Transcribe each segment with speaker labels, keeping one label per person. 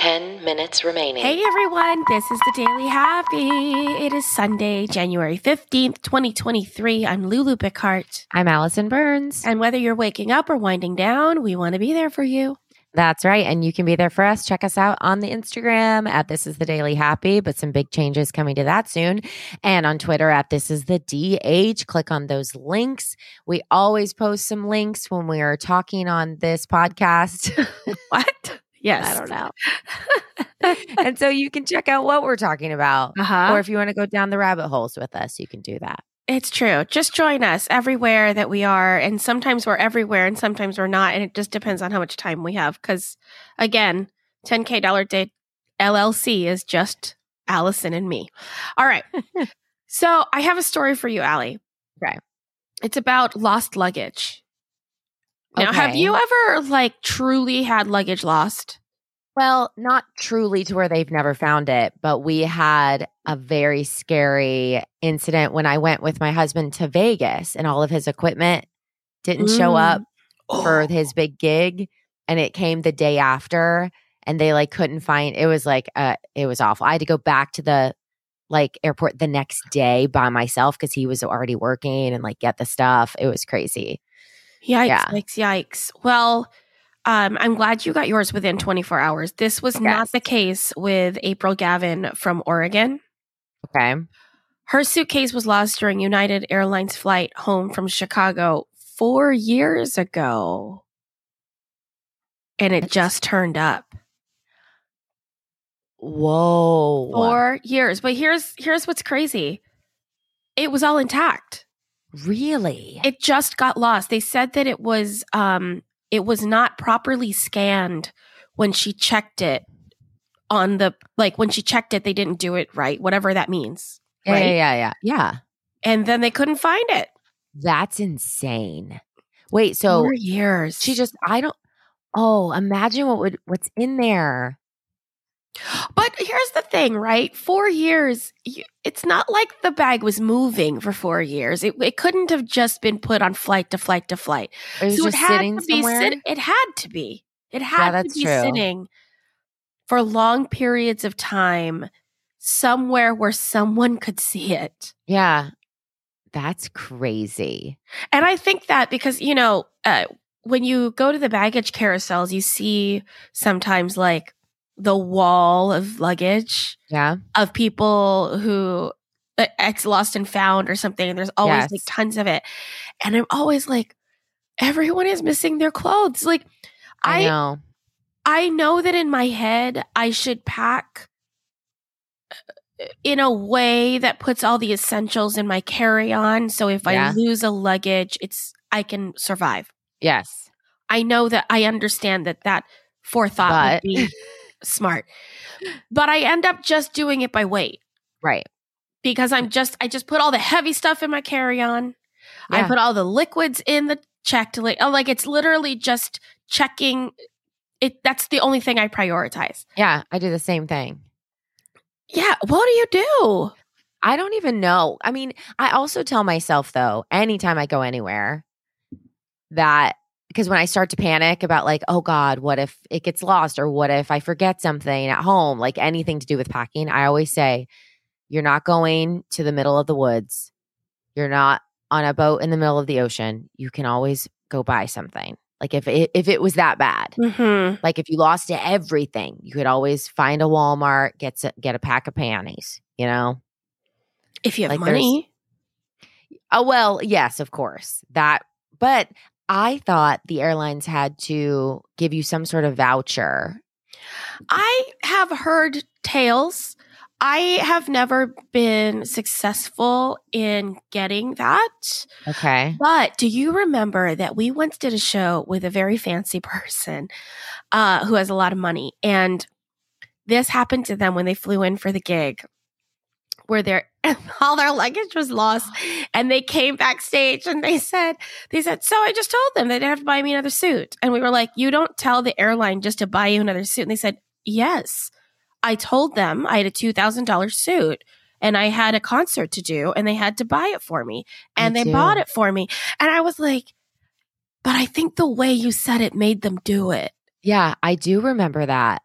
Speaker 1: 10 minutes remaining.
Speaker 2: Hey everyone, this is the Daily Happy. It is Sunday, January 15th, 2023. I'm Lulu Picard.
Speaker 3: I'm Allison Burns.
Speaker 2: And whether you're waking up or winding down, we want to be there for you.
Speaker 3: That's right. And you can be there for us. Check us out on the Instagram at This Is The Daily Happy, but some big changes coming to that soon. And on Twitter at This Is The DH. Click on those links. We always post some links when we are talking on this podcast.
Speaker 2: What? Yes.
Speaker 3: I don't know. and so you can check out what we're talking about.
Speaker 2: Uh-huh.
Speaker 3: Or if you want to go down the rabbit holes with us, you can do that.
Speaker 2: It's true. Just join us everywhere that we are. And sometimes we're everywhere and sometimes we're not. And it just depends on how much time we have. Because again, 10K Dollar Day LLC is just Allison and me. All right. so I have a story for you, Allie.
Speaker 3: Okay.
Speaker 2: It's about lost luggage. Now, have
Speaker 3: Okay.
Speaker 2: you ever like truly had luggage lost?
Speaker 3: Well, not truly to where they've never found it, but we had a very scary incident when I went with my husband to Vegas and all of his equipment didn't show
Speaker 2: Mm.
Speaker 3: up for his big gig and it came the day after and they like couldn't find it was like uh it was awful. I had to go back to the like airport the next day by myself cuz he was already working and like get the stuff. It was crazy.
Speaker 2: Yikes,
Speaker 3: Yeah.
Speaker 2: yikes, yikes. Well, um, I'm glad you got yours within 24 hours. This was not
Speaker 3: Yes.
Speaker 2: the case with April Gavin from Oregon.
Speaker 3: Okay.
Speaker 2: Her suitcase was lost during United Airlines flight home from Chicago four years ago. And it just turned up.
Speaker 3: Whoa.
Speaker 2: Four years. But here's here's what's crazy. It was all intact.
Speaker 3: really?
Speaker 2: it just got lost they said that it was um it was not properly scanned when she checked it on the like when she checked it they didn't do it right whatever that means
Speaker 3: Yeah,
Speaker 2: right?
Speaker 3: yeah, yeah, yeah. Yeah.
Speaker 2: and then they couldn't find it
Speaker 3: That's insane. Wait, so
Speaker 2: four years
Speaker 3: she just I don't Oh, imagine what would what's in there.
Speaker 2: but here's the thing right four years you, it's not like the bag was moving for four years it, it couldn't have just been put on flight to flight to flight
Speaker 3: It was
Speaker 2: so
Speaker 3: just
Speaker 2: it had
Speaker 3: sitting
Speaker 2: to be
Speaker 3: somewhere.
Speaker 2: sit- it had to be it had to
Speaker 3: that's
Speaker 2: be
Speaker 3: true.
Speaker 2: sitting for long periods of time somewhere where someone could see it
Speaker 3: yeah. That's crazy.
Speaker 2: and i think that because you know uh, when you go to the baggage carousels you see sometimes like the wall of luggage
Speaker 3: Yeah.
Speaker 2: of people who uh, it's lost and found or something and there's always
Speaker 3: Yes.
Speaker 2: like tons of it and i'm always like everyone is missing their clothes like
Speaker 3: I,
Speaker 2: I
Speaker 3: know.
Speaker 2: I know that in my head I should pack uh, in a way that puts all the essentials in my carry-on so if I
Speaker 3: Yeah.
Speaker 2: lose a luggage it's I can survive.
Speaker 3: Yes.
Speaker 2: I know that I understand that that forethought
Speaker 3: But-
Speaker 2: would be smart. But I end up just doing it by weight
Speaker 3: Right.
Speaker 2: because I'm just I just put all the heavy stuff in my carry-on. I
Speaker 3: Yeah.
Speaker 2: put all the liquids in the checked li- oh, like it's literally just checking it that's the only thing I prioritize.
Speaker 3: Yeah, I do the same thing.
Speaker 2: Yeah, what do you do?
Speaker 3: I don't even know. I mean, I also tell myself though, anytime I go anywhere, that because when I start to panic about like, oh God, what if it gets lost or what if I forget something at home, like anything to do with packing, I always say, you're not going to the middle of the woods. You're not on a boat in the middle of the ocean. You can always go buy something. Like if it, if it was that bad,
Speaker 2: Mm-hmm.
Speaker 3: like if you lost everything, you could always find a Walmart, get s- get a pack of panties, you know?
Speaker 2: If you have
Speaker 3: Like, there's-
Speaker 2: money.
Speaker 3: Oh, well, yes, of course. That, but I thought the airlines had to give you some sort of voucher.
Speaker 2: I have heard tales. I have never been successful in getting that.
Speaker 3: Okay.
Speaker 2: But do you remember that we once did a show with a very fancy person uh, who has a lot of money? And this happened to them when they flew in for the gig, where their all their luggage was lost, and they came backstage and they said, "They said so." I just told them they didn't have to buy me another suit, and we were like, "You don't tell the airline just to buy you another suit." And they said, "Yes, I told them I had a two thousand dollar suit." And I had a concert to do, and they had to buy it for me. And
Speaker 3: Me
Speaker 2: they
Speaker 3: too.
Speaker 2: bought it for me. And I was like, but I think the way you said it made them do it.
Speaker 3: Yeah, I do remember that.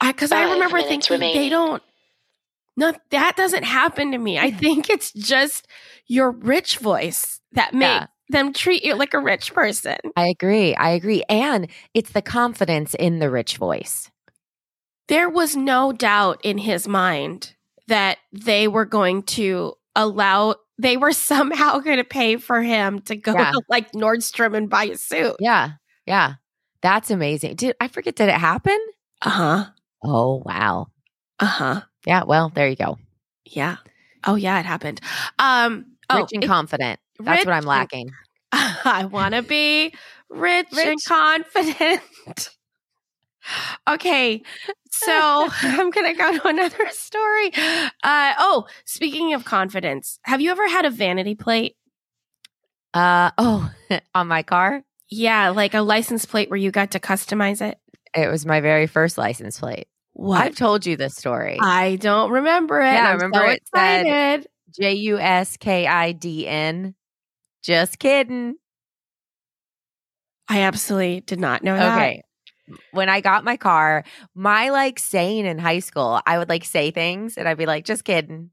Speaker 2: because I,
Speaker 1: Five
Speaker 2: remember
Speaker 1: minutes
Speaker 2: thinking they
Speaker 1: remaining.
Speaker 2: don't. No, that doesn't happen to me. I think it's just your rich voice that makes
Speaker 3: Yeah.
Speaker 2: them treat you like a rich person.
Speaker 3: I agree. I agree. And it's the confidence in the rich voice.
Speaker 2: There was no doubt in his mind that they were going to allow. They were somehow going to pay for him to go
Speaker 3: Yeah.
Speaker 2: to like Nordstrom and buy a suit.
Speaker 3: Yeah. Yeah. That's amazing. Dude, I forget. Did it happen?
Speaker 2: Uh huh.
Speaker 3: Oh, wow.
Speaker 2: Uh huh.
Speaker 3: Yeah. Well, there you go.
Speaker 2: Yeah. Oh yeah, it happened. Um.
Speaker 3: rich
Speaker 2: oh,
Speaker 3: and
Speaker 2: it-
Speaker 3: confident. That's
Speaker 2: rich
Speaker 3: what I'm
Speaker 2: and-
Speaker 3: lacking.
Speaker 2: I want to be rich, and
Speaker 3: Rich.
Speaker 2: confident. okay, so I'm going to go to another story. Uh, oh, speaking of confidence, have you ever had a vanity plate?
Speaker 3: Uh oh, on my car.
Speaker 2: Yeah, like a license plate where you got to customize it.
Speaker 3: It was my very first license plate. I've
Speaker 2: What?
Speaker 3: told you this story.
Speaker 2: I don't remember it.
Speaker 3: Yeah, I
Speaker 2: I'm so
Speaker 3: remember it said-
Speaker 2: excited.
Speaker 3: J U S K I D N. Just kidding.
Speaker 2: I absolutely did not know that.
Speaker 3: Okay. When I got my car, my like saying in high school, I would like say things and I'd be like, just kidding.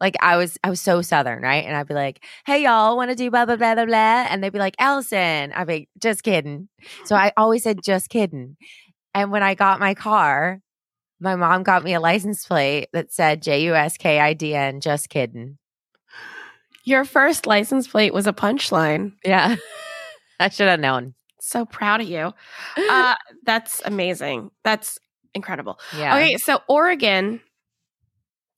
Speaker 3: Like I was I was so southern, right? And I'd be like, hey y'all, wanna do blah blah blah blah blah. And they'd be like, Allison. I'd be like, just kidding. So I always said just kidding. And when I got my car, my mom got me a license plate that said J U S K I D N, just kidding.
Speaker 2: Your first license plate was a punchline.
Speaker 3: Yeah. I should have known.
Speaker 2: So proud of you. Uh, that's amazing. That's incredible.
Speaker 3: yeah.
Speaker 2: Okay, so Oregon,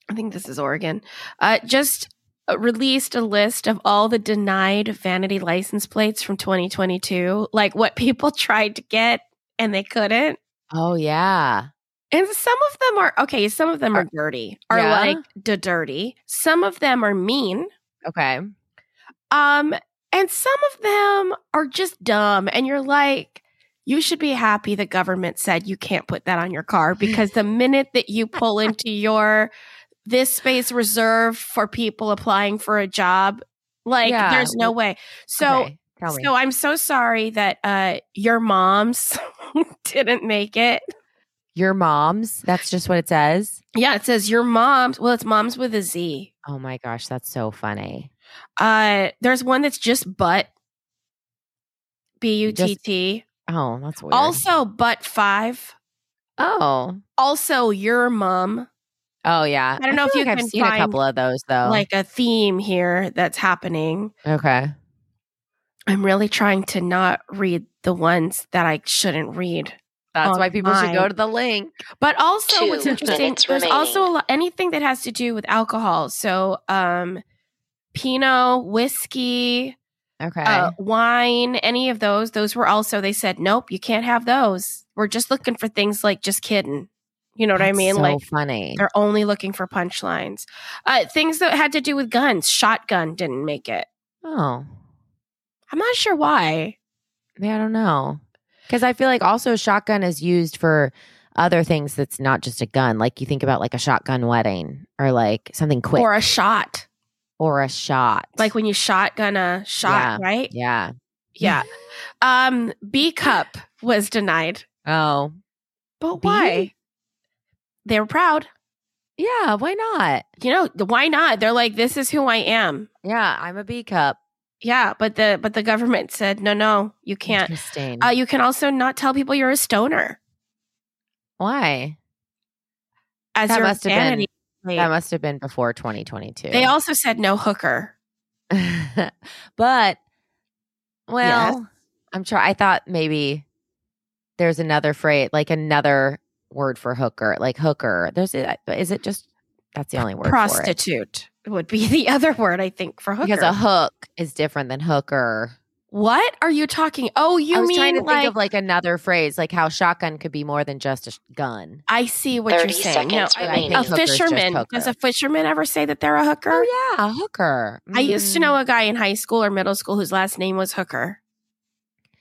Speaker 2: I think this is Oregon, uh, just uh, released a list of all the denied vanity license plates from 2022, like what people tried to get and they couldn't.
Speaker 3: Oh yeah.
Speaker 2: And some of them are okay, some of them are, dirty, are
Speaker 3: Yeah.
Speaker 2: like the dirty. Some of them are mean.
Speaker 3: Okay.
Speaker 2: Um, and some of them are just dumb. And you're like, you should be happy the government said you can't put that on your car because the minute that you pull into your this space reserved for people applying for a job, like
Speaker 3: Yeah.
Speaker 2: there's no way. So
Speaker 3: Okay. tell me.
Speaker 2: so I'm so sorry that uh your moms didn't make it.
Speaker 3: Your mom's. That's just what it says.
Speaker 2: Yeah, it says your moms. Well, it's moms with a Z.
Speaker 3: Oh my gosh, that's so funny.
Speaker 2: Uh there's one that's just butt. B U T T.
Speaker 3: Oh, that's weird.
Speaker 2: Also, but five.
Speaker 3: oh,
Speaker 2: Also, your mom.
Speaker 3: oh yeah.
Speaker 2: I don't know if
Speaker 3: feel
Speaker 2: you
Speaker 3: like
Speaker 2: can
Speaker 3: I've seen a
Speaker 2: find,
Speaker 3: couple of those though.
Speaker 1: Oh.
Speaker 2: Like a theme here that's happening.
Speaker 3: okay,
Speaker 2: I'm really trying to not read the ones that I shouldn't read.
Speaker 3: that's
Speaker 2: on
Speaker 3: why people should go
Speaker 2: mine.
Speaker 3: to the link.
Speaker 2: But also, what's
Speaker 1: Two
Speaker 2: interesting,
Speaker 1: minutes
Speaker 2: there's also a
Speaker 1: remaining.
Speaker 2: lot, anything that has to do with alcohol. So, um, Pinot, whiskey,
Speaker 3: Okay.
Speaker 2: uh, wine, any of those, those were also, they said, nope, you can't have those. We're just looking for things like just kidding. You know what I
Speaker 3: That's
Speaker 2: mean?
Speaker 3: So
Speaker 2: like,
Speaker 3: funny.
Speaker 2: They're only looking for punchlines. Uh, things that had to do with guns. Shotgun didn't make it.
Speaker 3: Oh,
Speaker 2: I'm not sure why.
Speaker 3: yeah. I don't know because I feel like also shotgun is used for other things that's not just a gun. Like you think about like a shotgun wedding or like something quick
Speaker 2: Or
Speaker 3: or,
Speaker 2: a shot.
Speaker 3: a shot.
Speaker 2: Like when you shotgun a shot, right?
Speaker 3: yeah.
Speaker 2: Yeah. Um, B cup was denied.
Speaker 3: Oh,
Speaker 2: But
Speaker 3: B?
Speaker 2: why? They were proud.
Speaker 3: yeah. Why not?
Speaker 2: You know, why not? They're like, this is who I am.
Speaker 3: Yeah, I'm a B cup.
Speaker 2: Yeah, but the but the government said, no, no, you can't.
Speaker 3: Interesting.
Speaker 2: Uh, you can also not tell people you're a stoner
Speaker 3: Why?
Speaker 2: as
Speaker 3: That
Speaker 2: your
Speaker 3: must have been-
Speaker 2: vanity. plate.
Speaker 3: That must have been before 2022.
Speaker 2: they also said no hooker.
Speaker 3: but well, I'm sure. I thought maybe there's another phrase, like another word for hooker, like hooker. There's a, is it just that's the only word for it?
Speaker 2: prostitute would be the other word I think for hooker.
Speaker 3: because a hook is different than hooker.
Speaker 2: what are you talking? Oh, you
Speaker 3: I was
Speaker 2: mean
Speaker 3: trying to
Speaker 2: like,
Speaker 3: think of like another phrase, like how shotgun could be more than just a sh- gun.
Speaker 2: I see what
Speaker 1: 30
Speaker 2: you're saying. No,
Speaker 1: seconds
Speaker 2: I-
Speaker 1: remaining.
Speaker 2: a
Speaker 1: Hooker's
Speaker 3: just
Speaker 2: fisherman.
Speaker 3: hooker.
Speaker 2: Does a fisherman ever say that they're a hooker?
Speaker 3: Oh yeah, a hooker.
Speaker 2: I used to
Speaker 3: Mm.
Speaker 2: know a guy in high school or middle school whose last name was Hooker.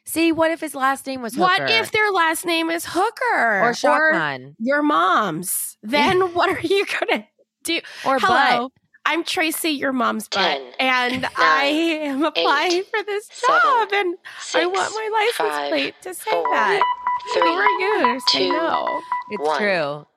Speaker 3: See, what if his last name was
Speaker 2: What
Speaker 3: hooker?
Speaker 2: if their last name is Hooker
Speaker 3: or shotgun
Speaker 2: your mom's? Then what are you gonna?
Speaker 3: or, butt?
Speaker 2: Hello, I'm Tracy, your mom's butt,
Speaker 1: 10,
Speaker 2: and I am applying for this
Speaker 1: seven,
Speaker 2: job, and I
Speaker 1: Six,
Speaker 2: want my license
Speaker 1: five,
Speaker 2: plate to say
Speaker 1: four,
Speaker 2: that. Three,
Speaker 1: Three,
Speaker 2: years. I
Speaker 1: two,
Speaker 2: know.
Speaker 3: It's
Speaker 1: One.
Speaker 3: true.